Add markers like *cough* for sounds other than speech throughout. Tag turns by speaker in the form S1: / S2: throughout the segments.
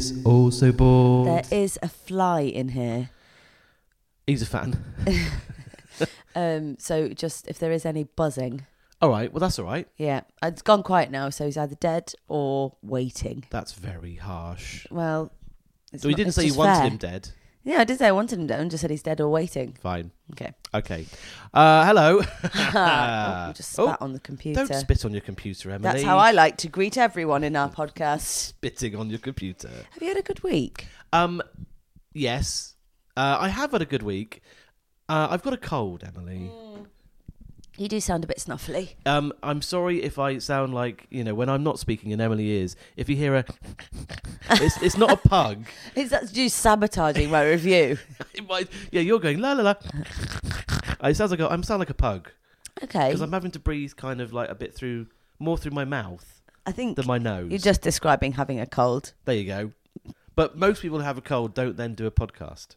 S1: so bored.
S2: There is a fly in here.
S1: He's a fan.
S2: Um, so just if there is any buzzing,
S1: All right. Well, that's all right.
S2: yeah, Uh, it's gone quiet now. So he's either dead or waiting.
S1: That's very harsh.
S2: Well, it's
S1: So he
S2: not-
S1: didn't
S2: it's
S1: say you
S2: just
S1: wanted
S2: fair.
S1: him dead.
S2: Yeah, I did say I wanted him dead. I just said he's dead or
S1: *laughs*
S2: waiting. *laughs*
S1: Fine.
S2: Okay.
S1: Okay. Uh,
S2: *laughs*
S1: hello.
S2: oh, you just
S1: Oh,
S2: spat on the computer.
S1: Don't spit on your computer, Emily.
S2: That's how I like to greet everyone in our podcast.
S1: spitting on your computer.
S2: Have you had a good week?
S1: Um, yes, uh, I have had a good week. Uh, I've got a cold, Emily.
S2: You do sound a bit snuffly.
S1: Um, I'm sorry if I sound like you know when I'm not speaking and Emily is. If you hear a, *laughs* it's it's not a pug.
S2: Is that you sabotaging my review?
S1: It might, yeah, you're going la la la. It sounds like a, I'm sound like a pug
S2: *laughs* Okay.
S1: because I'm having to breathe kind of like a bit through more through my mouth
S2: I think
S1: than my nose.
S2: you're just describing having a cold.
S1: there you go. But most people who have a cold don't then do a podcast.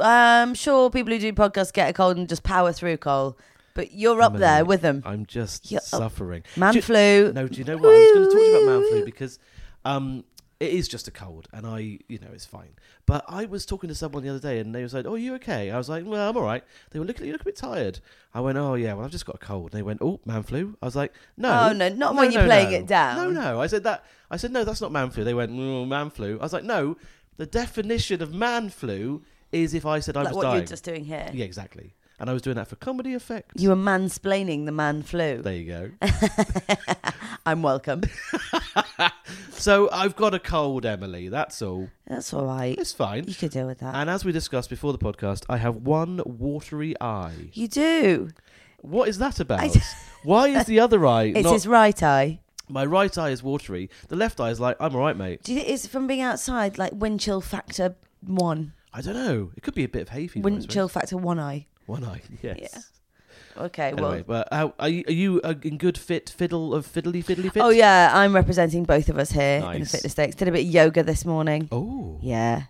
S2: I'm sure people who do podcasts get a cold and just power through cold, but you're up
S1: Emily,
S2: there with them.
S1: I'm just
S2: You're- oh.
S1: suffering.
S2: Man
S1: Do-
S2: flu.
S1: Uh, No, do you know what? I was going to talk to you about man flu because um, it is just a cold, and I, you know, it's fine. But I was talking to someone the other day, and they was like, "Oh, are you okay?" I was like, "Well, I'm all right." They were looking at you, look a bit tired. I went, "Oh yeah, well, I've just got a cold." And they went, "Oh, man flu." I was like, "No,
S2: Oh, no, not when you're playing it down.
S1: No, no. I said that. I said no, that's not man flu. They went, mm, "Man flu." I was like, "No, the definition of man flu is if I said I
S2: like
S1: was
S2: what
S1: dying."
S2: you're just doing here.
S1: Yeah, exactly. And I was doing that for comedy effect.
S2: You were mansplaining the man flu.
S1: There you go.
S2: I'm welcome.
S1: So I've got a cold, Emily. That's all.
S2: That's all right.
S1: It's fine.
S2: You could deal with that.
S1: And as we discussed before the podcast, I have one watery eye.
S2: you do.
S1: What is that about?
S2: I-
S1: *laughs* Why is the other eye
S2: It's
S1: not?
S2: his right eye.
S1: My right eye is watery. The left eye is like I'm all right, mate.
S2: Do you think it's from being outside, like wind chill factor one?
S1: I don't know. It could be a bit of hay fever. I
S2: wind
S1: suppose.
S2: chill factor one eye.
S1: One
S2: *laughs*
S1: eye. Yes.
S2: Yeah. Okay, well.
S1: Anyway, but how, are you, are you uh, in good fit? Fiddle of fiddly fiddly fit.
S2: Oh, yeah, I'm representing both of us here in the
S1: Nice.
S2: Fitness Stakes. Did a bit of yoga this morning.
S1: Oh.
S2: Yeah.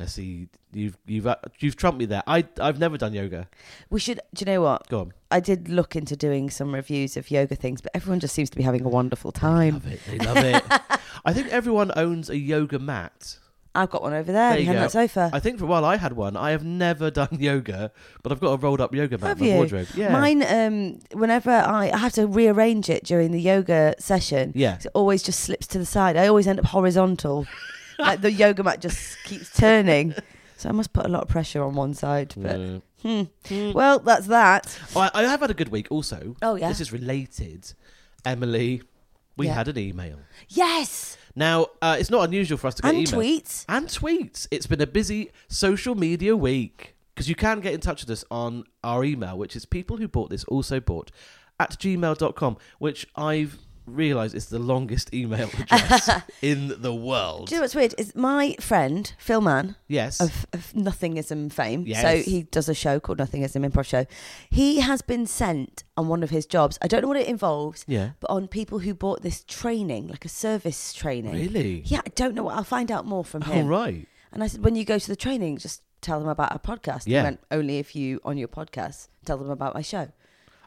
S1: I see. You've you've uh, you've trumped me there. I I've never done yoga.
S2: We should, do you know what?
S1: Go on.
S2: I did look into doing some reviews of yoga things, but everyone just seems to be having a wonderful time.
S1: Love it. They love it. *laughs* I think everyone owns a yoga mat.
S2: I've got one over there,
S1: There you
S2: behind
S1: go.
S2: that sofa.
S1: I think for a while I had one. I have never done *laughs* yoga, but I've got a rolled up yoga mat
S2: Have
S1: in my
S2: you?
S1: wardrobe. Yeah.
S2: Mine, um, whenever I, I have to rearrange it during the yoga session,
S1: Yeah.
S2: 'cause it always just slips to the side. I always end
S1: *laughs*
S2: up horizontal. like the yoga mat just keeps turning. So I must put a lot of pressure on one side. But
S1: Yeah.
S2: hmm. well, that's that.
S1: Oh, Mm. I, I have had a good week also.
S2: Oh, yeah.
S1: This is related. Emily, we
S2: Yeah.
S1: had an email.
S2: Yes.
S1: Now, uh, it's not unusual for us to get
S2: And
S1: emails.
S2: tweets.
S1: And tweets. It's been a busy social media week because you can get in touch with us on our email, which is people who bought this also bought at gmail.com, which I've realised is the longest
S2: *laughs*
S1: email address in the world.
S2: Do you know what's weird? Is my friend, Phil Mann,
S1: Yes.
S2: of, of Nothingism fame.
S1: Yes.
S2: So he does a show called Nothingism Improv Show. He has been sent on one of his jobs. I don't know what it involves,
S1: Yeah.
S2: but on people who bought this training, like a service training.
S1: Really?
S2: Yeah, I don't know what. I'll find out more from
S1: All
S2: him.
S1: right.
S2: And I said, when you go to the training, just tell them about our podcast.
S1: Yeah.
S2: He went, only if you, on your podcast, tell them about my show.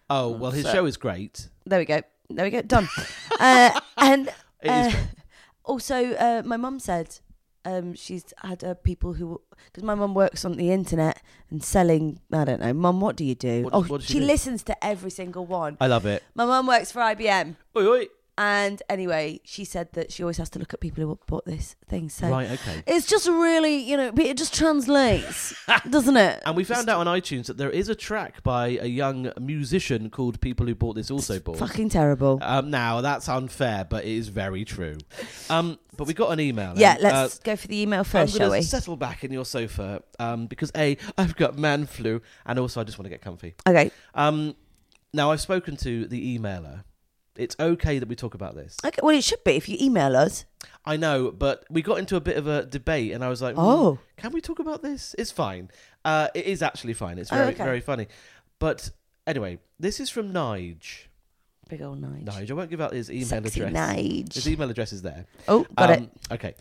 S1: Oh well, his
S2: So-
S1: show is great.
S2: There we go. There we go. Done. *laughs* uh, and
S1: It is
S2: uh, *laughs* also, uh, my mum said um, she's had uh, people who, because my mum works on the internet and selling, I don't know, mum, what do you do?
S1: What-
S2: oh,
S1: what does she
S2: she
S1: do?
S2: listens to every single one.
S1: I love
S2: *laughs*
S1: it.
S2: My mum works for IBM.
S1: Oi, oi.
S2: And anyway, she said that she always has to look at people who bought this thing. So
S1: Right, okay.
S2: it's just really, you know, but it
S1: *laughs*
S2: just translates, doesn't it?
S1: And we found out on iTunes that there is a track by a young musician called "People Who Bought This Also Bought."
S2: Fucking terrible.
S1: Um, now that's unfair, but it is very true. Um, but we got an email.
S2: yeah,
S1: and,
S2: let's
S1: uh,
S2: go for the email
S1: I'm
S2: 1st shall
S1: gonna
S2: we?
S1: settle back in your sofa um, because a I've got man flu, and also I just want to get comfy.
S2: Okay.
S1: Um, now I've spoken to the emailer. It's okay that we talk about this.
S2: Okay. Well, it should be if you email us.
S1: I know, but we got into a bit of a debate, and I was like, "Hmm,
S2: Oh.
S1: can we talk about this? It's fine. Uh, it is actually fine. It's
S2: Oh,
S1: very,
S2: okay.
S1: very funny. But anyway, this is from Nige.
S2: Big old Nige.
S1: Nige, I won't give out his email
S2: Sexy
S1: address.
S2: Nige.
S1: His email address is Um, there.
S2: Oh, got it.
S1: Okay.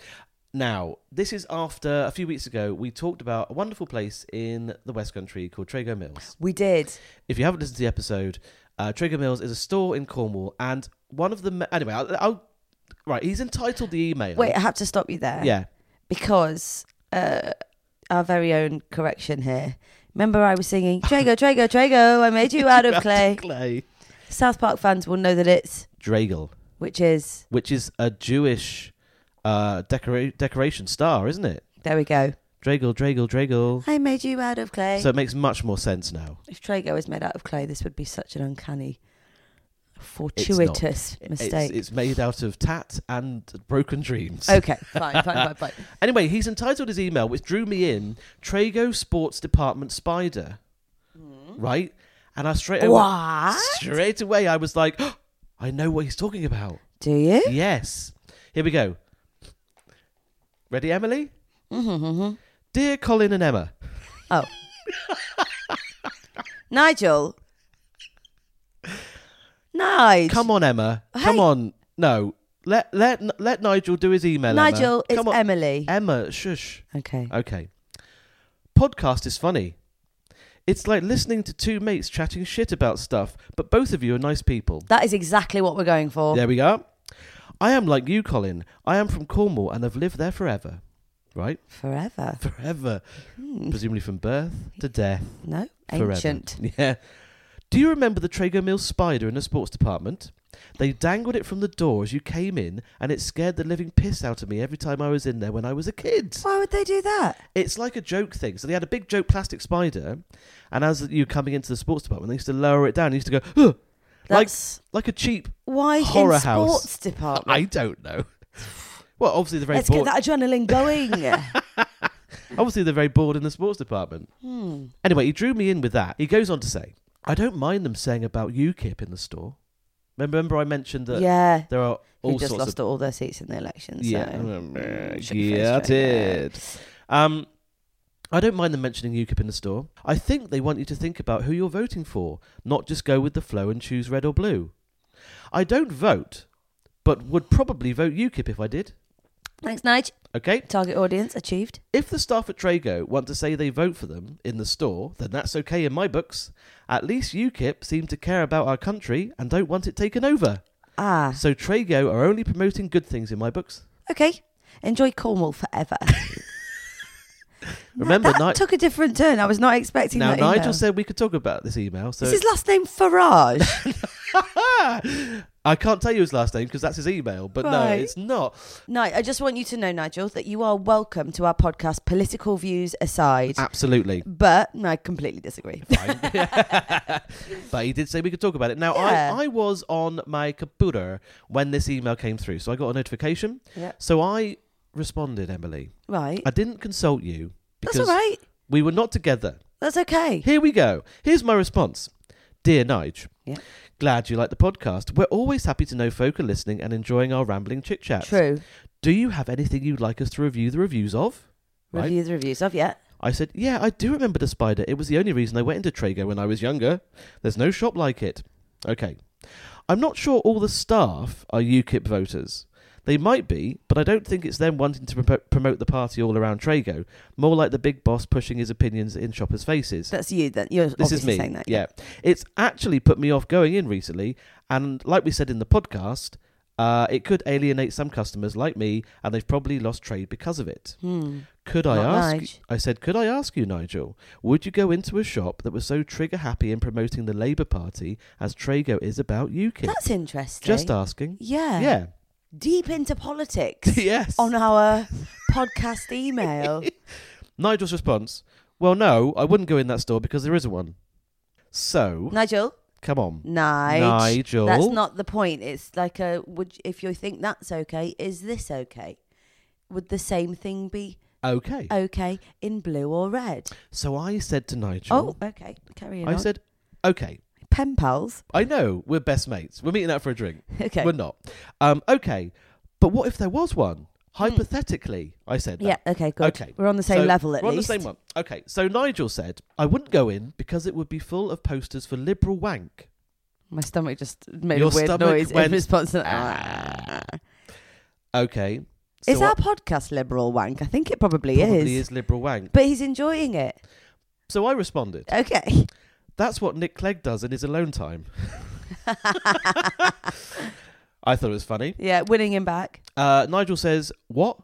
S1: Now, this is after a few weeks ago, we talked about a wonderful place in the West Country called Trago Mills.
S2: We did.
S1: If you haven't listened to the episode, uh, Trigger Mills is a store in Cornwall, and one of the. Ma- anyway, I'll, I'll. Right, he's entitled the email.
S2: Wait, I have to stop you there.
S1: Yeah.
S2: because uh, our very own correction here. Remember, I was singing Drago, Drago, Drago. I made you
S1: *laughs*
S2: out of clay.
S1: Clay.
S2: South Park fans will know that it's
S1: Dragal,
S2: which is
S1: which is a Jewish uh, decora- decoration star, isn't it?
S2: there we go.
S1: Dragal, Dragal, Dragal.
S2: I made you out of clay.
S1: So it makes much more sense now.
S2: if Drago is made out of clay, this would be such an uncanny,
S1: not.
S2: fortuitous
S1: It's-
S2: mistake.
S1: It's, made out of tat and broken dreams.
S2: okay, fine, fine, fine, fine.
S1: *laughs* Anyway, he's entitled his email, which drew me in Trago Sports Department Spider. Right? And I straight away,
S2: Hmm. What?
S1: straight away I was like, "Oh, I know what he's talking about.
S2: Do you?
S1: yes. Here we go. Ready, Emily? Mm-hmm, Dear Colin and Emma,
S2: Oh. Nigel. Nigel.
S1: come on, Emma, come
S2: Hey.
S1: on. No, let let let Nigel do his email. Emma.
S2: Nigel, it's
S1: come on.
S2: Emily.
S1: Emma, shush.
S2: okay.
S1: Okay. Podcast is funny. It's like listening to two mates chatting shit about stuff, but both of you are nice people.
S2: That is exactly what we're going for.
S1: There we go. I am like you, Colin. I am from Cornwall and have lived there forever. Right? *laughs*
S2: Forever. Hmm.
S1: Forever. Presumably from birth to death.
S2: No?
S1: Forever.
S2: Ancient.
S1: *laughs* Yeah. Do you remember the Trago Mills spider in the sports department? They dangled it from the door as you came in, and it scared the living piss out of me every time I was in there when I was a kid.
S2: Why would they do that?
S1: It's like a joke thing. So they had a big joke plastic spider, and as you were coming into the sports department, they used to lower it down. They used to go, "Huh," like
S2: That's
S1: like a cheap.
S2: why
S1: horror
S2: in
S1: house.
S2: sports department.
S1: Uh, I don't know. *laughs* Well, obviously they're very
S2: Let's get
S1: bored.
S2: that
S1: *laughs*
S2: adrenaline going.
S1: Obviously they're very bored in the sports department.
S2: Hmm.
S1: Anyway, he drew me in with that. He goes on to say, "I don't mind them saying about UKIP in the store." Remember, remember I mentioned that
S2: yeah.
S1: there are all
S2: Who just
S1: sorts
S2: lost
S1: of
S2: all their seats in the election. So.
S1: yeah, Mm,
S2: Shook your
S1: yeah, I
S2: fist, right?
S1: did. Um, I don't mind them mentioning UKIP in the store. I think they want you to think about who you're voting for, not just go with the flow and choose red or blue. I don't vote, but would probably vote UKIP if I did.
S2: Thanks, Nigel.
S1: Okay?
S2: Target audience achieved.
S1: If the staff at Trago want to say they vote for them in the store, then that's okay in my books. At least UKIP seem to care about our country and don't want it taken over.
S2: Ah,
S1: So Trago are only promoting good things in my books.
S2: okay. Enjoy Cornwall forever.
S1: Remember,
S2: that
S1: Ni-
S2: took a different turn. I was not expecting
S1: now
S2: that. email.
S1: Nigel said we could talk about this email. So
S2: Is his last name *laughs* Farage?
S1: *laughs* I can't tell you his last name because that's his email, but no,
S2: Right.
S1: it's not.
S2: no, I just want you to know, Nigel, that you are welcome to our podcast, political views aside. *laughs*
S1: Absolutely.
S2: but no, I completely disagree.
S1: Fine. *laughs* but he did say we could talk about it. Now,
S2: Yeah.
S1: I, I was on my computer when this email came through, so I got a notification.
S2: Yeah.
S1: So I responded, Emily.
S2: Right.
S1: I didn't consult you
S2: That's
S1: because
S2: all right.
S1: we were not together.
S2: That's okay.
S1: Here we go. Here's my response. Dear Nige,
S2: Yeah.
S1: glad you like the podcast. We're always happy to know folk are listening and enjoying our rambling chit chat.
S2: True.
S1: Do you have anything you'd like us to review the reviews of? Right.
S2: Review the reviews of yeah.
S1: I said, Yeah, I do remember the spider. It was the only reason I went into Trago when I was younger. There's no shop like it. Okay. I'm not sure all the staff are UKIP voters. They might be, but I don't think it's them wanting to propo- promote the party all around Trago. More like the big boss pushing his opinions in shoppers' faces.
S2: That's you. Then you're
S1: This
S2: obviously
S1: is me.
S2: saying that.
S1: yeah. It's actually put me off going in recently. And like we said in the podcast, uh, it could alienate some customers like me, and they've probably lost trade because of it.
S2: Hmm.
S1: Could I
S2: Not
S1: ask?
S2: Nige.
S1: I said, could I ask you, Nigel? Would you go into a shop that was so trigger happy in promoting the Labour Party as Trago is about UKIP?
S2: That's interesting.
S1: Just asking.
S2: yeah. *laughs* Oh,
S1: Yeah. *laughs*
S2: Deep into politics. *laughs*
S1: yes.
S2: on our podcast *laughs* email.
S1: *laughs* Nigel's response: Well, no, I wouldn't go in that store because there isn't one. So
S2: Nigel,
S1: come on,
S2: Nige.
S1: Nigel.
S2: That's not the point. It's like a would if you think that's okay, is this okay? Would the same thing be
S1: okay.
S2: okay in blue or red?
S1: so I said to
S2: Oh,
S1: Nigel,
S2: okay. Carry on.
S1: I said, okay,
S2: pen pals. *laughs*
S1: I know we're best mates. We're meeting out for a drink.
S2: Okay.
S1: We're not. Um, okay, but what if there was one? Hypothetically, I said that.
S2: Hmm. yeah. Okay. Good.
S1: Okay.
S2: We're on the same
S1: So,
S2: level at
S1: we're
S2: least.
S1: on the same one. Okay, so Nigel said, I wouldn't go in because it would be full of posters for liberal wank.
S2: My stomach just made
S1: Your
S2: a weird
S1: stomach
S2: noise
S1: went-
S2: in response to
S1: Ah.
S2: that.
S1: Okay. So
S2: Is our
S1: I-
S2: podcast liberal wank? I think it probably,
S1: probably is liberal wank.
S2: But he's enjoying it.
S1: So I responded,
S2: Okay.
S1: that's what Nick Clegg does in his alone time.
S2: *laughs*
S1: *laughs* I thought it was funny.
S2: yeah, winning him back.
S1: Uh, Nigel says, what?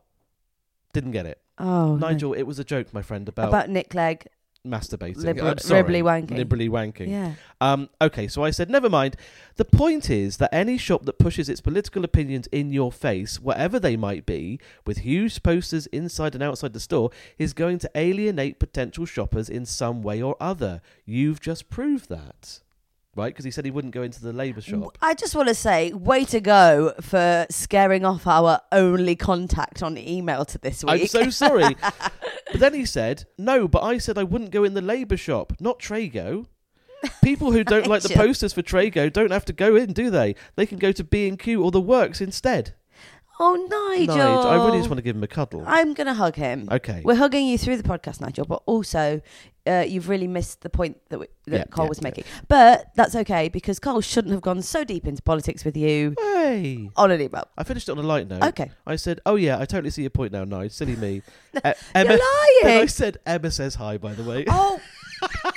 S1: Didn't get it.
S2: Oh, no.
S1: Nigel, it was a joke, my friend, about,
S2: about Nick Leg,
S1: masturbating.
S2: liberal,
S1: I'm sorry.
S2: liberally wanking.
S1: Liberally wanking.
S2: Yeah.
S1: Um, okay, so I said, never mind. The point is that any shop that pushes its political opinions in your face, whatever they might be, with huge posters inside and outside the store, is going to alienate potential shoppers in some way or other. You've just proved that. Right? Because he said he wouldn't go into the Labour shop.
S2: I just want to say, way to go for scaring off our only contact on email to this week.
S1: I'm so sorry. but then he said, no, but I said I wouldn't go in the Labour shop, not Trago. People who don't like the
S2: Nigel.
S1: posters for Trago don't have to go in, do they? They can go to B&Q or The Works instead.
S2: *laughs* oh, Nigel.
S1: Nigel, I really just want to give him a cuddle.
S2: I'm going to hug him.
S1: okay.
S2: We're hugging you through the podcast, Nigel, but also uh, you've really missed the point that, we, that
S1: Yeah,
S2: Cole
S1: yeah,
S2: was
S1: yeah.
S2: making. But that's okay because Cole shouldn't have gone so deep into politics with you *laughs*
S1: hey.
S2: on an email.
S1: I finished it on a light note.
S2: Okay.
S1: I said, "Oh yeah, I totally see your point now, Nige. Silly
S2: *laughs*
S1: me."
S2: No,
S1: E-
S2: You're
S1: Emma, then I *laughs*
S2: lying.
S1: said, "Emma says hi." By the way,
S2: oh,
S1: *laughs*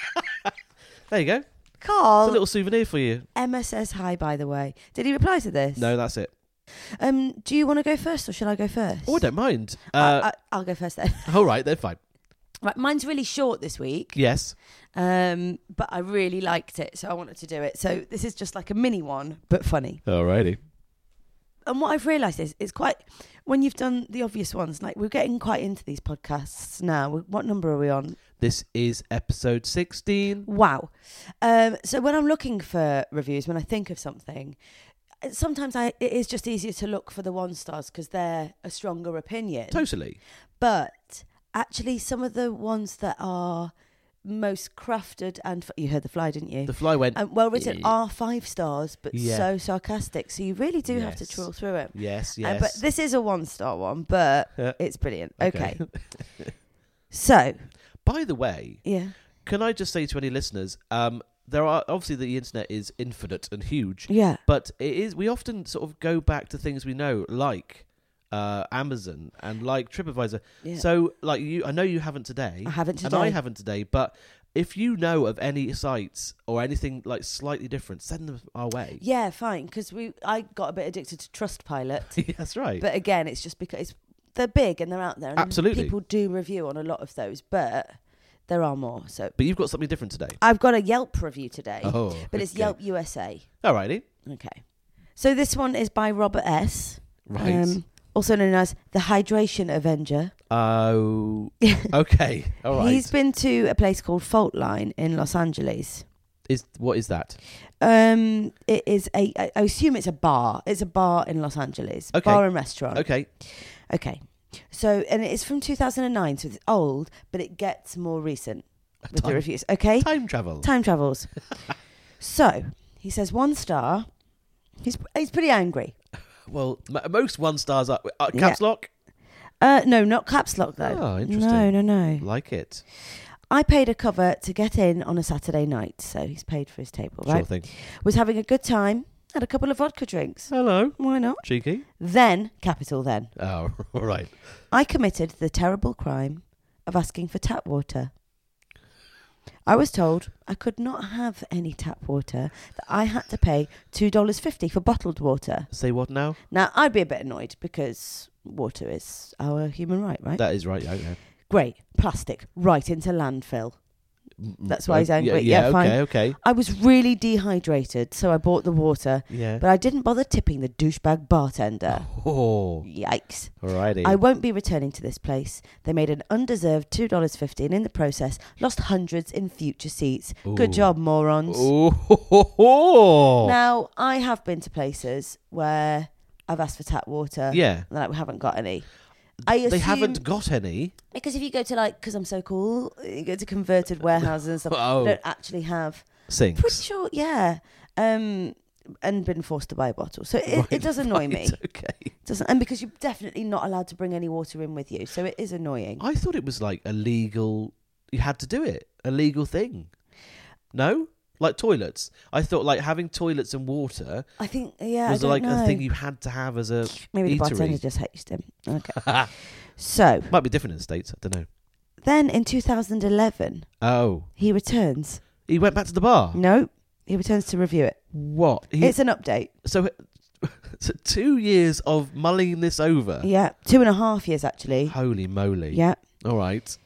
S1: there you go. It's
S2: Carl.
S1: a little souvenir for you.
S2: Emma says hi, by the way. Did he reply to this?
S1: No, that's it.
S2: Um, do you want to go first or shall I go first?
S1: Oh, I don't mind.
S2: I,
S1: Uh,
S2: I, I'll go first then.
S1: all right, they're fine.
S2: Right, mine's really short this week,
S1: Yes.
S2: um, but I really liked it, so I wanted to do it. So this is just like a mini one, but funny.
S1: Alrighty.
S2: And what I've realised is it's quite when you've done the obvious ones, like we're getting quite into these podcasts now. What number are we on?
S1: This is episode sixteen.
S2: Wow. Um, so when I'm looking for reviews, when I think of something, uh, sometimes I it is just easier to look for the one stars because they're a stronger opinion.
S1: Totally.
S2: but actually some of the ones that are most crafted and f- you heard the fly didn't you
S1: The fly went.
S2: and well written
S1: Yeah.
S2: are five stars but
S1: Yeah.
S2: so sarcastic so you really do have to
S1: Yes.
S2: trawl through it
S1: yes.
S2: Uh,
S1: Yes.
S2: but this is a one star one but
S1: Yeah.
S2: it's brilliant okay,
S1: *laughs*
S2: so
S1: By the way,
S2: yeah
S1: can I just say to any listeners, um, there are obviously the internet is infinite and huge.
S2: yeah
S1: But it is we often sort of go back to things we know, like uh, Amazon and like TripAdvisor.
S2: yeah
S1: So, like you, I know you haven't today,
S2: i haven't today
S1: and I haven't today. But if you know of any sites or anything like slightly different, send them our way.
S2: yeah fine because we i got a bit addicted to trustpilot
S1: *laughs* That's right.
S2: but again it's just because it's, they're big and they're out there and
S1: Absolutely.
S2: people do review on a lot of those but there are more so
S1: but you've got something different today.
S2: I've got a Yelp review today,
S1: Oh,
S2: but it's
S1: okay.
S2: Yelp USA.
S1: Alrighty,
S2: Okay. So this one is by Robert S.
S1: right.
S2: Um, also known as the Hydration Avenger. *laughs*
S1: Oh, okay. All right.
S2: Um, He's been to a place called Fault Line in Los Angeles.
S1: Is what is that?
S2: Um, it is a, I I assume it's a bar. It's a bar in Los Angeles,
S1: Okay.
S2: bar and restaurant.
S1: Okay.
S2: Okay. So, and it's from 2009, so it's old, but it gets more recent with the
S1: Time,
S2: reviews. Okay.
S1: time travel. *laughs*
S2: Time travels. so he says one star. He's he's pretty angry.
S1: Well, m- most one stars are uh,
S2: Yeah.
S1: caps lock.
S2: Uh, no, not caps lock though.
S1: Oh, interesting.
S2: No, no, no.
S1: Like it.
S2: I paid a cover to get in on a Saturday night, so he's paid for his table. Right.
S1: Sure thing.
S2: Was having a good time. Had a couple of vodka drinks.
S1: Hello,
S2: Why not?
S1: cheeky.
S2: Then capital. Then
S1: Oh, *laughs* all right.
S2: I committed the terrible crime of asking for tap water. I was told I could not have any tap water. That I had to pay two dollars fifty for bottled water.
S1: Say what now?
S2: Now, I'd be a bit annoyed because water is our human right, right?
S1: That is right. Yeah, okay.
S2: Great. Plastic right into landfill. That's why he's angry.
S1: Yeah,
S2: Yeah,
S1: Mm, okay,
S2: fine.
S1: okay.
S2: I was really dehydrated, so I bought the water,
S1: Yeah.
S2: but I didn't bother tipping the douchebag bartender.
S1: oh,
S2: Yikes.
S1: alrighty.
S2: I won't be returning to this place. They made an undeserved $2.50 and in the process lost hundreds in future seats. Good
S1: Ooh. *laughs*
S2: job, morons.
S1: Oh, ho, ho, ho.
S2: Now, I have been to places where I've asked for tap water.
S1: yeah.
S2: And they're like, we haven't got any. I
S1: They
S2: assume-
S1: haven't got any.
S2: Because if you go to like, because I'm so cool, you go to converted warehouses and stuff. They
S1: *laughs* Oh,
S2: don't actually have. Pretty
S1: sinks.
S2: sure, yeah. Um, and been forced to buy a bottle, so it,
S1: Right,
S2: it does annoy
S1: *laughs* right,
S2: me.
S1: Okay.
S2: Doesn't and because you're definitely not allowed to bring any water in with you, so it is annoying.
S1: I thought it was like a legal. You had to do it. A legal thing. No, like toilets. I thought like having toilets and water
S2: I think, yeah,
S1: was
S2: I don't
S1: like
S2: know.
S1: a thing you had to have as a.
S2: Maybe the bartender
S1: eatery.
S2: just hates him. Okay, so
S1: Might be different in the states. I don't know.
S2: then in 2011,
S1: Oh,
S2: he returns.
S1: he went back to the bar.
S2: No, he returns to review it.
S1: What? He,
S2: it's an update.
S1: so *laughs* So two years of mulling this over.
S2: Yeah, two and a half years actually.
S1: Holy moly.
S2: Yeah,
S1: All
S2: *laughs*
S1: right.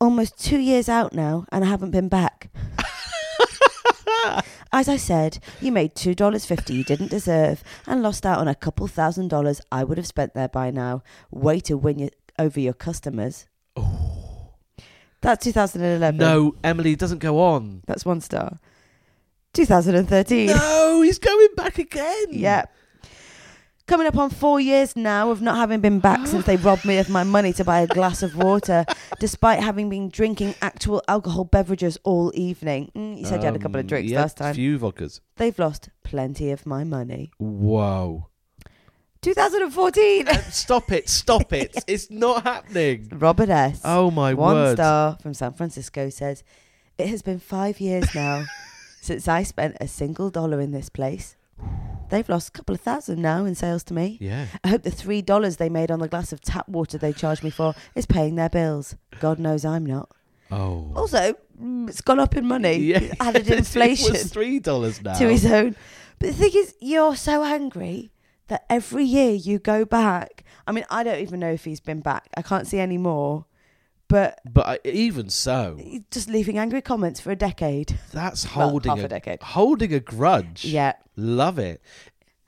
S2: almost two years out now, and I haven't been back. As I said, you made two dollars fifty you didn't deserve, and lost out on a couple thousand dollars I would have spent there by now. Way to win your, over your customers. That's 2011.
S1: Oh. No, Emily it doesn't go on.
S2: that's one star. 2013.
S1: No, he's going back again.
S2: Yeah. Coming up on four years now of not having been back since they robbed me of my money to buy a glass of water, despite having been drinking actual alcohol beverages all evening. Mm, you said you had a couple of
S1: Um,
S2: drinks
S1: yeah,
S2: last time.
S1: Few vodkas.
S2: They've lost plenty of my money.
S1: Whoa.
S2: 2014.
S1: Uh, stop it. Stop it.
S2: *laughs*
S1: It's not happening.
S2: Robert S.
S1: Oh my
S2: One
S1: word.
S2: star from San Francisco says, It has been five
S1: *laughs*
S2: years now since I spent a single dollar in this place. They've lost a couple of thousand now in sales to me.
S1: Yeah.
S2: I hope the three dollars they made on the glass of tap water they charged me for is paying their bills. God knows I'm not.
S1: Oh.
S2: Also, mm, it's gone up in money.
S1: Yeah.
S2: Added inflation
S1: *laughs* it was three dollars now.
S2: to his own. But the thing is, you're so angry that every year you go back. I mean, I don't even know if he's been back. I can't see any more. But
S1: But I, even so,
S2: he's just leaving angry comments for a decade.
S1: that's
S2: Well,
S1: holding Ah,
S2: half a
S1: a,
S2: decade.
S1: holding a grudge.
S2: Yeah.
S1: Love it.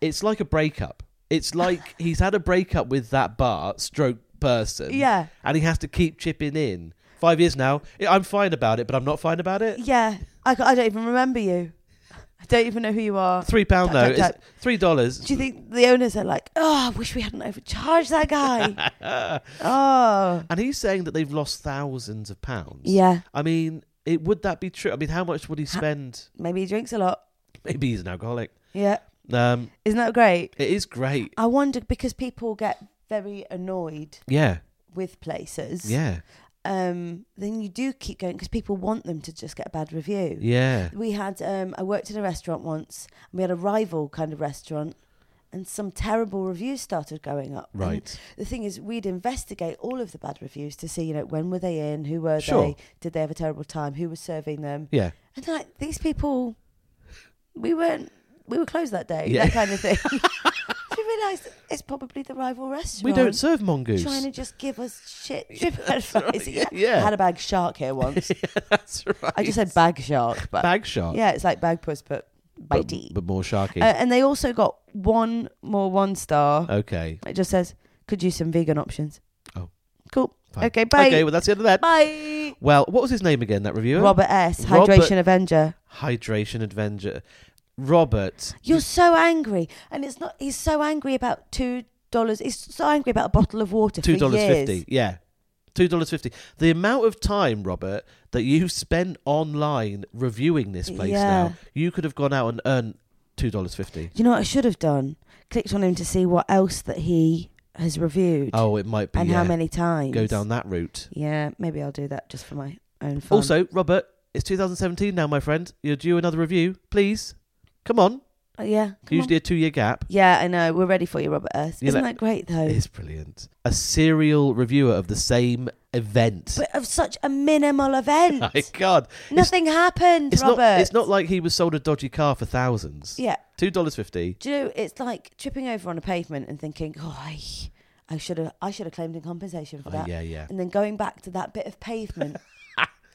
S1: It's like a breakup. It's
S2: *laughs*
S1: like he's had a breakup with that bar stroke person.
S2: Yeah.
S1: And he has to keep chipping in. Five years now. I- I'm fine about it, but I'm not fine about it.
S2: Yeah. I, ca- I don't even remember you. I don't even know who you are.
S1: Three pound
S2: Tap,
S1: note.
S2: tap,
S1: is
S2: tap.
S1: Three dollars.
S2: Do you think the owners are like, oh, I wish we hadn't overcharged that
S1: *laughs*
S2: guy?
S1: and
S2: oh.
S1: he's saying that they've lost thousands of pounds.
S2: Yeah.
S1: I mean, it would that be true? I mean, how much would he
S2: Ha-
S1: spend?
S2: Maybe he drinks a lot.
S1: Maybe he's an alcoholic.
S2: Yeah.
S1: Um,
S2: Isn't that great?
S1: it is great.
S2: I wonder because people get very annoyed
S1: Yeah,
S2: with places.
S1: yeah,
S2: Um, then you do keep going because people want them to just get a bad review.
S1: yeah.
S2: We had, um, I worked in a restaurant once and we had a rival kind of restaurant and some terrible reviews started going up. And
S1: Right.
S2: the thing is, we'd investigate all of the bad reviews to see, you know, when were they in? Who were
S1: Sure.
S2: they? Did they have a terrible time? Who was serving them?
S1: Yeah.
S2: And like these people, we weren't, we were closed that day,
S1: Yeah.
S2: that kind of
S1: *laughs*
S2: thing. *laughs* we realised it's probably the rival restaurant.
S1: We don't serve mongoose. *laughs*
S2: Trying to just give us shit
S1: Yeah, *laughs*
S2: trip
S1: that's right,
S2: advice. Yeah.
S1: yeah.
S2: I had a bag shark
S1: *laughs*
S2: here once.
S1: That's right.
S2: I just said bag shark, but
S1: bag shark.
S2: yeah, it's like bag puss, but
S1: but,
S2: bitey.
S1: but more sharky.
S2: Uh, and they also got one more one star.
S1: okay.
S2: It just says, could use some vegan options.
S1: Oh.
S2: Cool.
S1: Fine.
S2: Okay, bye.
S1: Okay. Well, that's the end of that.
S2: Bye.
S1: Well, what was his name again? That reviewer.
S2: Robert S.
S1: Robert-
S2: Hydration Avenger.
S1: Hydration Avenger. Robert.
S2: You're so angry. And it's not, he's so angry about $2. He's so angry about a bottle of water
S1: Two
S2: for
S1: dollars
S2: years.
S1: fifty. Yeah. Two dollars fifty. The amount of time, Robert, that you spent online reviewing this place
S2: Yeah.
S1: now, you could have gone out and earned two dollars fifty.
S2: You know what I should have done? Clicked on him to see what else that he has reviewed
S1: Oh, it might be.
S2: and how
S1: yeah.
S2: many times.
S1: Go down that route.
S2: Yeah, maybe I'll do that just for my own fun.
S1: Also, Robert, it's 2017 now, my friend. You're due another review. Please, come on.
S2: Uh, yeah. come on.
S1: Usually a two-year gap.
S2: Yeah, I know. We're ready for you, Robert S.
S1: You
S2: Isn't
S1: let-
S2: that great though?
S1: It is brilliant. A serial reviewer of the same event.
S2: But of such a minimal event.
S1: *laughs* my God,
S2: Nothing happened,
S1: it's
S2: Robert.
S1: not. It's not like he was sold a dodgy car for thousands.
S2: Yeah.
S1: Two dollars fifty.
S2: Do you know, it's like tripping over on a pavement and thinking, "Oh, I, I should have, I should have claimed in compensation for
S1: Oh,
S2: that,"
S1: yeah, yeah.
S2: and then going back to that bit of
S1: *laughs*
S2: pavement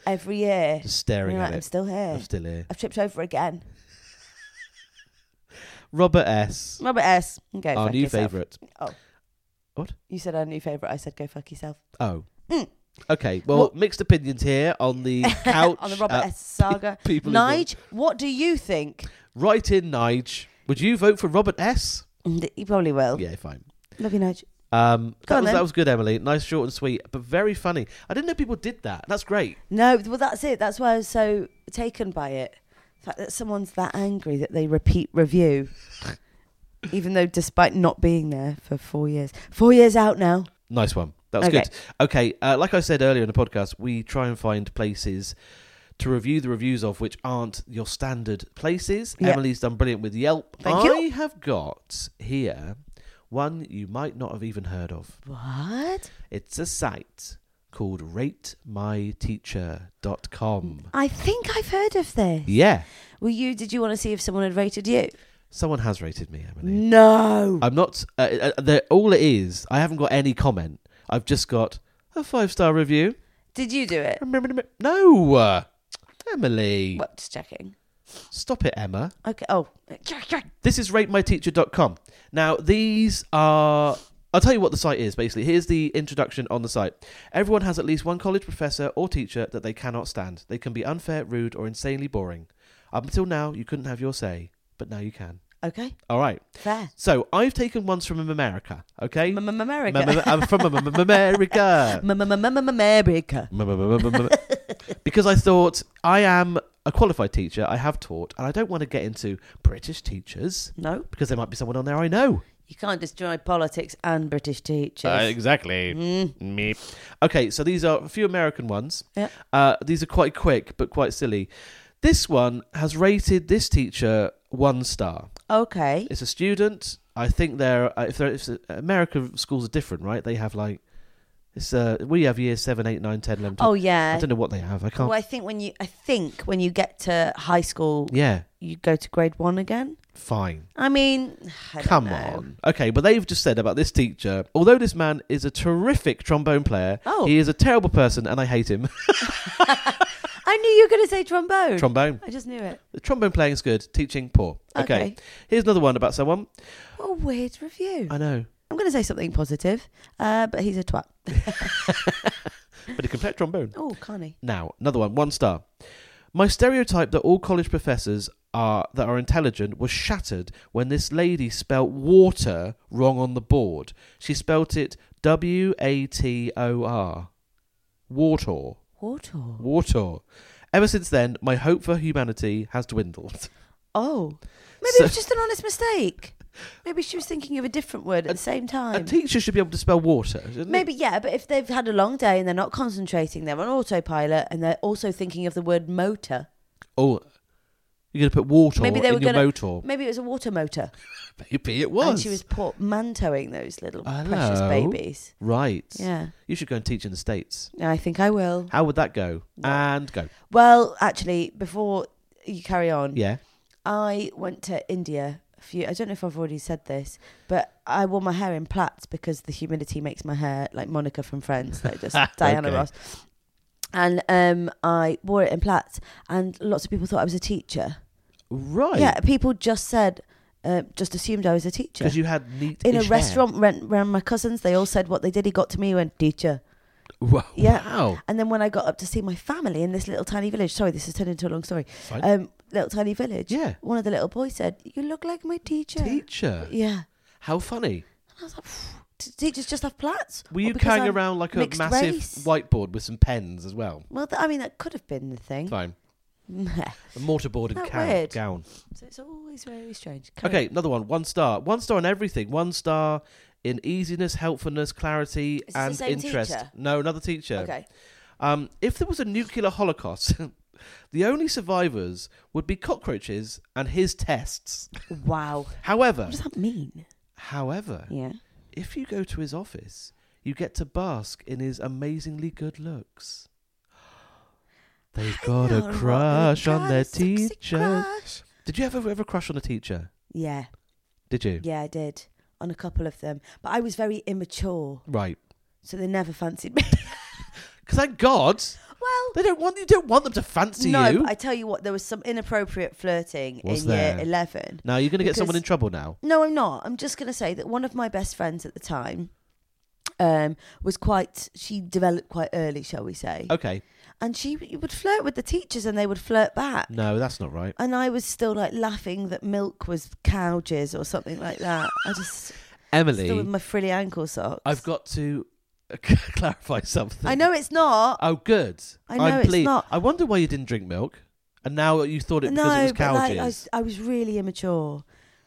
S2: every year.
S1: Just
S2: And
S1: staring
S2: you're like,
S1: at
S2: I'm
S1: it.
S2: still here.
S1: I'm still here.
S2: I've tripped over again.
S1: Robert S.
S2: Robert S. Go
S1: our
S2: fuck
S1: new
S2: yourself. Oh.
S1: favorite.
S2: You said our new favorite. I said go fuck yourself.
S1: Oh.
S2: Mm.
S1: Okay. Well,
S2: Well-
S1: mixed opinions here on the couch.
S2: *laughs* on the Robert
S1: uh,
S2: S.
S1: *laughs*
S2: Saga.
S1: People who
S2: Nige, what do you think?
S1: Write in, Nige. Would you vote for Robert S?
S2: Mm, You probably will.
S1: Yeah, fine.
S2: Love you, Nige.
S1: Um, that,
S2: Go on
S1: was,
S2: then.
S1: that was good, Emily. Nice, short and sweet, but very funny. I didn't know people did that. That's great.
S2: No, well, that's it. That's why I was so taken by it. The fact that someone's that angry that they repeat review, even though despite not being there for four years, four years out now.
S1: Nice one. That was
S2: Okay.
S1: good. Okay, uh, like I said earlier in the podcast, we try and find places to review the reviews of which aren't your standard places.
S2: Yeah.
S1: Emily's done brilliant with Yelp.
S2: Thank
S1: I
S2: you.
S1: have got here one you might not have even heard of.
S2: What?
S1: It's a site called ratemyteacher.com.
S2: I think I've heard of this.
S1: Yeah.
S2: Were you? Did you want to see if someone had rated you?
S1: Someone has rated me, Emily.
S2: No.
S1: I'm not. Uh, uh, they're- all it is, I haven't got any comment. I've just got a five star review.
S2: Did you do it?
S1: No, uh, Emily,
S2: What? Just checking.
S1: stop it, Emma.
S2: Okay. Oh.
S1: This is ratemyteacher.com. Now, these are. I'll tell you what the site is basically. Here's the introduction on the site. Everyone has at least one college professor or teacher that they cannot stand. They can be unfair, rude, or insanely boring. Up until now, you couldn't have your say, but now you can.
S2: Okay.
S1: All right.
S2: Fair.
S1: So, I've taken ones from America, okay?
S2: M- m-
S1: M-
S2: America.
S1: m- I'm from m- m-
S2: *laughs*
S1: America.
S2: M- m- m- m- America.
S1: M- m- m- m- m- *laughs* because I thought I am a qualified teacher, I have taught, and I don't want to get into British teachers
S2: No,
S1: because there might be someone on there I know.
S2: you can't destroy politics and British teachers. Hmm.
S1: Uh, exactly.
S2: Mm.
S1: Me. Okay, so these are a few American ones.
S2: Yeah.
S1: Uh, these are quite quick but quite silly. This one has rated this teacher one star.
S2: okay.
S1: It's a student. I think they're uh, if they're if American schools are different, right? They have like it's uh we have year seven, eight, nine, ten, eleven.
S2: Oh
S1: 12.
S2: yeah.
S1: I don't know what they have. I can't.
S2: Well, I think when you, I think when you get to high school,
S1: yeah,
S2: you go to grade one again.
S1: fine.
S2: I mean, I don't
S1: Come
S2: know.
S1: on. Okay, but they've just said about this teacher, although this man is a terrific trombone player,
S2: Oh.
S1: he is a terrible person and I hate
S2: *laughs*
S1: him. *laughs*
S2: I knew you were going to say trombone.
S1: trombone.
S2: I just knew it.
S1: The trombone playing is good, teaching poor. Okay.
S2: Okay.
S1: Here's another one about someone.
S2: What a weird review.
S1: I know,
S2: I'm going to say something positive, uh, but he's a twat.
S1: but he can play trombone.
S2: Oh, can't he?
S1: Now, another one, one star. My stereotype that all college professors are that are intelligent was shattered when this lady spelt water wrong on the board. She spelt it W A T O R. Water.
S2: Wartor.
S1: Water. Ever since then, my hope for humanity has dwindled. *laughs*
S2: Oh. Maybe
S1: So-
S2: it was just an honest mistake. Maybe she was thinking of a different word at the same
S1: A
S2: time.
S1: teacher should be able to spell water. shouldn't they?
S2: Maybe, yeah, but if they've had a long day and they're not concentrating, they're on autopilot and they're also thinking of the word motor.
S1: Oh, you're going to put water
S2: Maybe they
S1: in
S2: were
S1: your
S2: gonna-
S1: motor.
S2: Maybe it was a water motor.
S1: Maybe it
S2: And
S1: was.
S2: she was portmanteauing those little precious
S1: Hello.
S2: babies.
S1: Right.
S2: Yeah.
S1: You should go and teach in the States.
S2: I think I will.
S1: How would that go?
S2: No.
S1: And go.
S2: Well, actually, before you carry on,
S1: Yeah.
S2: I went to India a few. I don't know if I've already said this, but I wore my hair in plaits because the humidity makes my hair like Monica from Friends,
S1: *laughs*
S2: like just Diana
S1: Okay.
S2: Ross. And um, I wore it in plaits, and lots of people thought I was a teacher.
S1: Right.
S2: Yeah, people just said, uh, just assumed I was a teacher.
S1: Because you had neat
S2: In a restaurant rent, around my cousins, they all said what they did. He got to me, he went teacher.
S1: *laughs* Wow.
S2: Yeah.
S1: Wow.
S2: And then when I got up to see my family in this little tiny village, sorry, this has turned into a long story.
S1: Fine.
S2: Um, little tiny village.
S1: Yeah.
S2: One of the little boys said, "You look like my teacher."
S1: Teacher.
S2: Yeah.
S1: How funny.
S2: And I was like, "Phew, "Do teachers just have plaits?"
S1: Were
S2: Or
S1: you
S2: Oh, because
S1: carrying
S2: I'm
S1: around like a
S2: mixed
S1: massive
S2: race?
S1: whiteboard with some pens as well?
S2: Well, th- I mean, that could have been the thing. *laughs*
S1: Fine.
S2: so
S1: A mortarboard and
S2: That
S1: cow-
S2: weird.
S1: gown.
S2: it's always very strange. Carry on.
S1: Okay, another one. One star. One star on everything. One star in easiness, helpfulness, clarity,
S2: Is this the
S1: and
S2: same
S1: interest.
S2: teacher?
S1: No, another teacher.
S2: Okay.
S1: Um, if there was a nuclear holocaust, *laughs* the only survivors would be cockroaches and his tests.
S2: Wow.
S1: However,
S2: What does that mean?
S1: however,
S2: Yeah.
S1: if you go to his office, you get to bask in his amazingly good
S2: *gasps*
S1: looks. They've got
S2: Hang
S1: a
S2: on, what-
S1: crush on
S2: God,
S1: their
S2: a sexy
S1: teacher.
S2: crush.
S1: Did you ever ever crush on a teacher?
S2: Yeah.
S1: Did you?
S2: Yeah, I did on a couple of them, but I was very immature,
S1: Right.
S2: so they never fancied me. *laughs*
S1: 'Cause Thank God.
S2: well,
S1: They don't want you don't want them to fancy
S2: no,
S1: you.
S2: but I tell you what, there was some inappropriate flirting
S1: Was
S2: in
S1: there?
S2: year eleven.
S1: now you're going to get someone
S2: because-
S1: in trouble now.
S2: No, I'm not. I'm just going to say that one of my best friends at the time um, was quite, she developed quite early, shall we say.
S1: Okay.
S2: And she would flirt with the teachers and they would flirt back.
S1: No, that's not right.
S2: And I was still like laughing that milk was cow jizz or something like that. I just, still with
S1: Emily,
S2: my frilly ankle socks.
S1: I've got to *laughs* clarify something.
S2: I know it's not.
S1: Oh, good.
S2: I know
S1: I'm
S2: it's
S1: pleased.
S2: not.
S1: I wonder why you didn't drink milk, and now you thought it because
S2: no,
S1: it was
S2: but
S1: cow
S2: like, I,
S1: jizz.
S2: was, I was really immature.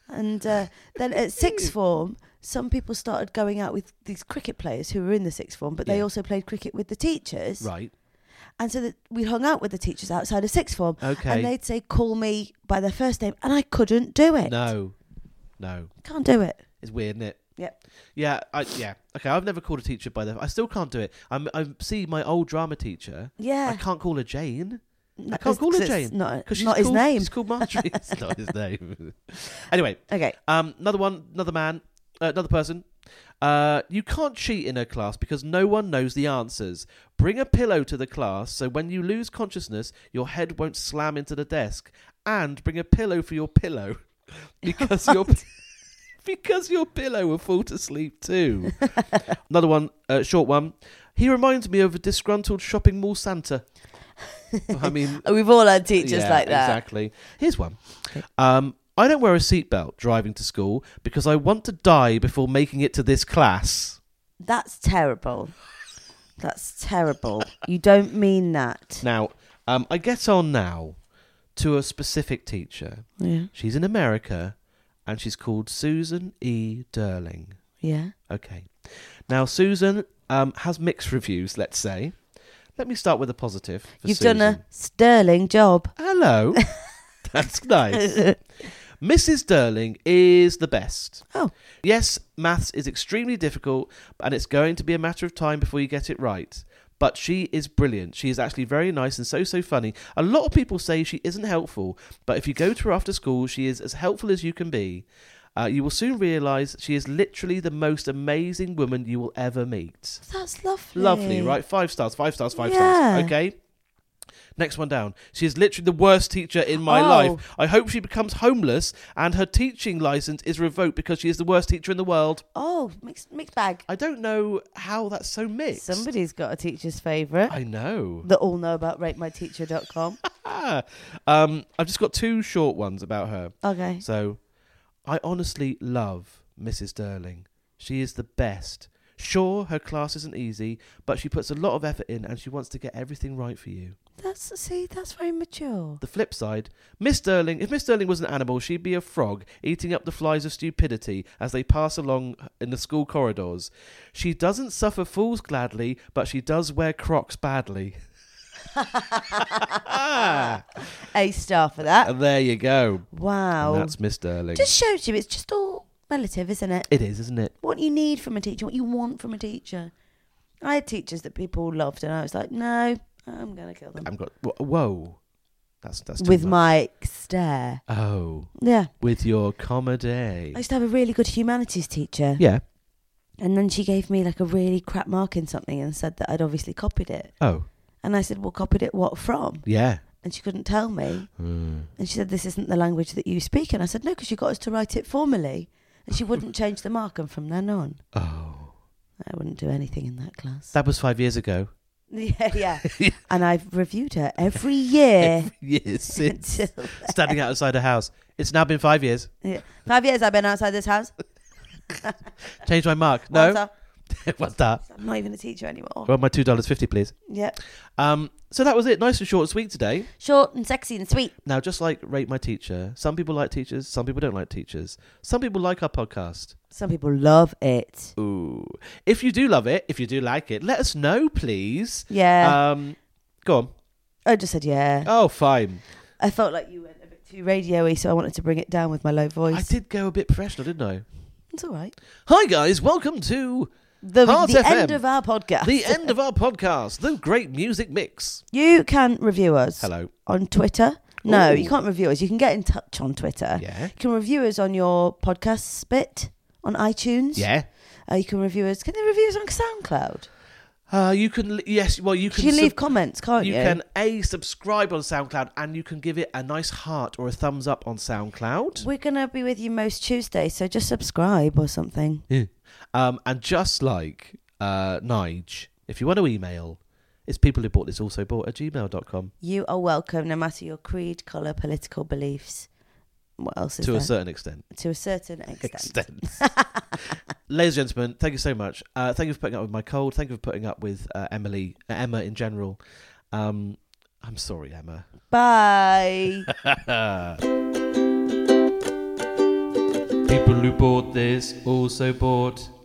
S2: And uh,
S1: *laughs*
S2: then at sixth form, some people started going out with these cricket players who were in the sixth form, but they
S1: Yeah.
S2: also played cricket with the teachers.
S1: Right.
S2: And so that we hung out with the teachers outside of sixth form, and
S1: Okay.
S2: they'd say, "Call me by their first name," and I couldn't do it.
S1: No. No.
S2: can't do it.
S1: It's weird, isn't it?
S2: Yep.
S1: Yeah. I, yeah. Okay. I've never called a teacher by their. I still can't do it. I'm, I see my old drama teacher. I
S2: Yeah,
S1: can't call her Jane. I can't call her Jane
S2: Not,
S1: because
S2: not his name.
S1: It's called Marjorie. it's not
S2: *laughs*
S1: his name. *laughs* anyway,
S2: Okay.
S1: um, another one, another man, uh, another person. Uh, you can't cheat in a class because no one knows the answers. Bring a pillow to the class so when you lose consciousness, your head won't slam into the desk. And bring a pillow for your pillow *laughs* because your *laughs* because your pillow will fall to sleep too. another one, uh, short one. He reminds me of a disgruntled shopping mall Santa. I mean,
S2: We've all had teachers
S1: yeah,
S2: like that.
S1: Exactly. Here's one.
S2: Okay.
S1: Um, I don't wear a seatbelt driving to school because I want to die before making it to this class.
S2: That's terrible. That's terrible. You don't mean that.
S1: *laughs* Now, um, I get on now to a specific teacher.
S2: Yeah.
S1: She's in America and she's called Susan E. Derling.
S2: Yeah.
S1: Okay. Now, Susan um, has mixed reviews, let's say. Let me start with a positive. for
S2: You've
S1: Susan.
S2: done a sterling job.
S1: *laughs*
S2: *laughs*
S1: Hello. That's nice. Mrs. Derling is the best.
S2: Oh.
S1: Yes, maths is extremely difficult and it's going to be a matter of time before you get it right. But she is brilliant. She is actually very nice and so, so funny. A lot of people say she isn't helpful, but if you go to her after school, she is as helpful as you can be. Uh, you will soon realise she is literally the most amazing woman you will ever meet.
S2: That's lovely.
S1: Lovely, right? Five stars, five stars, five
S2: Yeah.
S1: stars. Okay. Next one down. She is literally the worst teacher in my
S2: Oh.
S1: life. I hope she becomes homeless and her teaching license is revoked because she is the worst teacher in the world.
S2: Oh, mixed mixed bag.
S1: I don't know how that's so mixed.
S2: Somebody's got a teacher's favourite
S1: I know. *laughs*
S2: that all know about ratemyteacher.com.
S1: Ah. Um, I've just got two short ones about her.
S2: Okay.
S1: So, I honestly love Mrs. Derling. She is the best. Sure, her class isn't easy, but she puts a lot of effort in and she wants to get everything right for you.
S2: That's see, that's very mature.
S1: *laughs* The flip side, Miss Sterling, if Miss Sterling was an animal, she'd be a frog, eating up the flies of stupidity as they pass along in the school corridors. She doesn't suffer fools gladly, but she does wear crocs
S2: *laughs*
S1: badly.
S2: A star for that.
S1: And there you go. Um, And
S2: Wow.
S1: that's Miss Sterling.
S2: Just shows you it's just all relative, isn't it?
S1: It is, isn't it?
S2: What you need from a teacher, what you want from a teacher. I had teachers that people loved, and I was like, no, I'm gonna kill them
S1: I've got. wh- Whoa. That's, that's too
S2: with
S1: much.
S2: my stare.
S1: Oh.
S2: Yeah.
S1: With your comedy.
S2: I used to have a really good humanities teacher,
S1: Yeah.
S2: and then she gave me like a really crap mark in something and said that I'd obviously copied it.
S1: Oh.
S2: And I said, well, copied it what from?
S1: Yeah.
S2: And she couldn't tell me.
S1: Mm.
S2: And she said, This isn't the language that you speak. And I said, No, because you got us to write it formally. And she wouldn't change the mark. And from then on,
S1: Oh.
S2: I wouldn't do anything in
S1: *laughs*
S2: that class. *laughs*
S1: That was five years ago.
S2: yeah,
S1: *laughs*
S2: yeah. and I've reviewed her every year.
S1: Years since.
S2: *laughs* until-
S1: Standing outside a house. It's now been five years.
S2: yeah. Five years I've been outside this house.
S1: Change my mark. No.
S2: Once
S1: *laughs*
S2: I-
S1: What's that?
S2: I'm not even a teacher anymore.
S1: Well, my two dollars fifty, please.
S2: Yeah.
S1: Um, so that was it. Nice and short and sweet today.
S2: Short and sexy and sweet.
S1: Now, just like rate my teacher. Some people like teachers. Some people don't like teachers. Some people like our podcast.
S2: Some people love it.
S1: Ooh, if you do love it, if you do like it, let us know, please.
S2: Yeah.
S1: Um, go on.
S2: I just said, Yeah.
S1: Oh, fine.
S2: I felt like you went a bit too radio y, so I wanted to bring it down with my low voice.
S1: I did go a bit professional, didn't I?
S2: It's all right.
S1: Hi guys, welcome to
S2: *laughs* The,
S1: Heart
S2: the
S1: FM.
S2: end of our podcast.
S1: the end of our podcast, the Great Music Mix.
S2: You can review us.
S1: Hello.
S2: on Twitter. No,
S1: Ooh.
S2: you can't review us. You can get in touch on Twitter.
S1: Yeah.
S2: You can review us on your podcast bit on iTunes.
S1: Yeah.
S2: Uh, you can review us. Can they review us on SoundCloud?
S1: Uh, you can l- yes. Well, you
S2: You
S1: can
S2: can
S1: sub-
S2: leave comments, can't you?
S1: you can a subscribe on SoundCloud and you can give it a nice heart or a thumbs up on SoundCloud.
S2: We're gonna be with you most Tuesdays, so just subscribe or something.
S1: Um, and just like uh, Nige, if you want to email, it's people who bought this also bought at gmail.com
S2: You are welcome, no matter your creed, color, political beliefs. What else is
S1: to
S2: there?
S1: a certain extent.
S2: to a certain extent.
S1: *laughs* Ladies and gentlemen, thank you so much. Uh, thank you for putting up with my cold. Thank you for putting up with uh, Emily, uh, Emma in general. Um, I'm sorry, Emma.
S2: Bye.
S1: People who bought this also bought